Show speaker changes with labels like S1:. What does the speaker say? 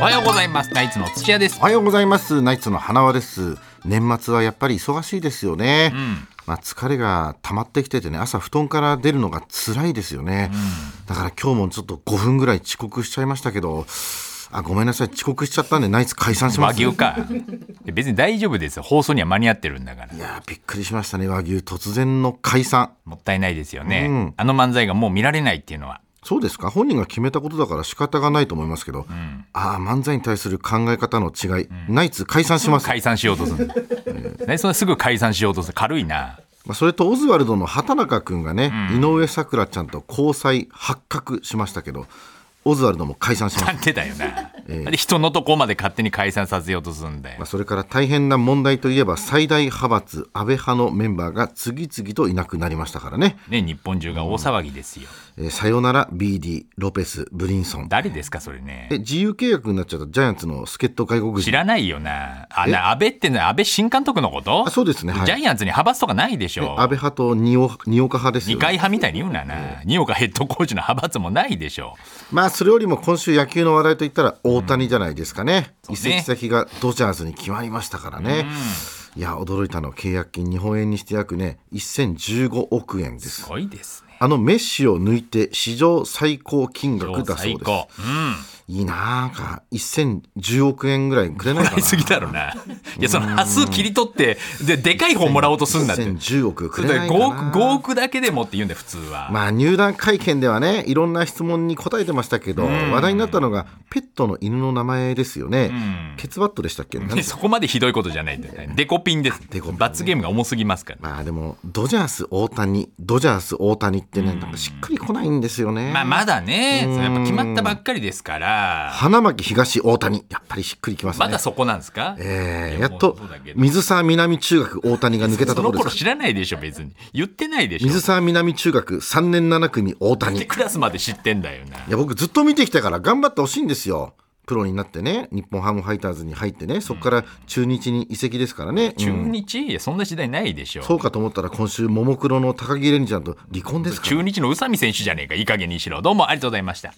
S1: はようございますナイツの土屋です
S2: おはようございますナイツの花輪です年末はやっぱり忙しいですよね、まあ疲れが溜まってきててね朝布団から出るのが辛いですよね、だから今日もちょっと5分ぐらい遅刻しちゃいましたけどあごめんなさい遅刻しちゃったんでナイツ解散し
S1: 和
S2: ます
S1: 牛か別に大丈夫ですよ放送には間に合ってるんだから
S2: いやーびっくりしましたね和牛突然の解散
S1: もったいないですよね、
S2: うん
S1: あの漫才がもう見られないっていうのは
S2: そうですか本人が決めたことだから仕方がないと思いますけど、ああ漫才に対する考え方の違い、ナイツ解散します、
S1: 解散しようとす るの何そんなすぐ解散しようとする軽いな
S2: まあ、それとオズワルドの畑中君がね、井上咲楽ちゃんと交際発覚しましたけどオズワルドも解散しま
S1: な
S2: す
S1: んでだよな、なんで人のとこまで勝手に解散させようとするんだよ
S2: まあ、それから大変な問題といえば最大派閥安倍派のメンバーが次々といなくなりましたからね、
S1: ね日本中が大騒ぎですよ、
S2: えーさよなら BD ロペスブリンソン
S1: 誰ですかそれね
S2: で自由契約になっちゃったジャイアンツの助っ人外国
S1: 知
S2: 人
S1: らないよなあな安倍ってのは安倍新監督のこと
S2: あそうですね、はい、
S1: ジ
S2: で
S1: ャイアンツに派閥とかないでしょ
S2: 安倍派と二岡二岡派です
S1: 二
S2: よ、
S1: 階
S2: ね、
S1: 派みたいに言うなな、二岡ヘッドコーチの派閥もないでしょ
S2: まあそれよりも今週野球の話題といったら大谷じゃないですかね、
S1: うん
S2: 移
S1: そうね
S2: 籍先がドジャーズに決まりましたからね、いや驚いたのは契約金日本円にして約ね1015億円です
S1: すごいですね
S2: あのメッシを抜いて史上最高金額だそう
S1: 最
S2: です
S1: 高うん
S2: いいなあなんか1010億円ぐらいくれないか
S1: 払
S2: な い
S1: すぎだろないやその端数切り取ってででかい方もらおうとすんなって
S2: 1010億く
S1: それ
S2: れな
S1: で
S2: い
S1: 5
S2: かな
S1: 億5億だけでもって言うんだよ普通は、
S2: まあ入団会見ではねいろんな質問に答えてましたけど話題になったのがペットの犬の名前ですよねケツバットでしたっけなん
S1: で
S2: で
S1: そこまでひどいことじゃないんだよねデコピンです
S2: デコピンね
S1: 罰ゲームが重すぎますから、
S2: まあでもドジャース大谷ドジャース大谷ってねなんかしっくりこないんですよね
S1: まあまだねそれやっぱ決まったばっかりですから
S2: 花巻東大谷やっぱりしっくりきますね
S1: まだそこなんですか
S2: え
S1: い
S2: ー、
S1: や
S2: やっと
S1: もうそうだけど
S2: 水沢南中学大谷が抜けた
S1: そ
S2: とこ
S1: の
S2: ろ
S1: 頃
S2: です
S1: 知らないでしょ別に言ってないでしょ
S2: 水沢南中学3年7組大谷
S1: で
S2: い
S1: クラスまで知ってんだよな
S2: や僕ずっと見てきたから頑張ってほしいんですよプロになってね日本ハムファイターズに入ってねそこから中日に移籍ですからね、
S1: 中
S2: うん
S1: 日、いやそんな時代ないでしょ
S2: そうかと思ったら今週ももクロの高木玲にちゃんと離婚ですから
S1: 中
S2: ね
S1: 日の宇佐美選手じゃねえかいい加減にしろどうもありがとうございました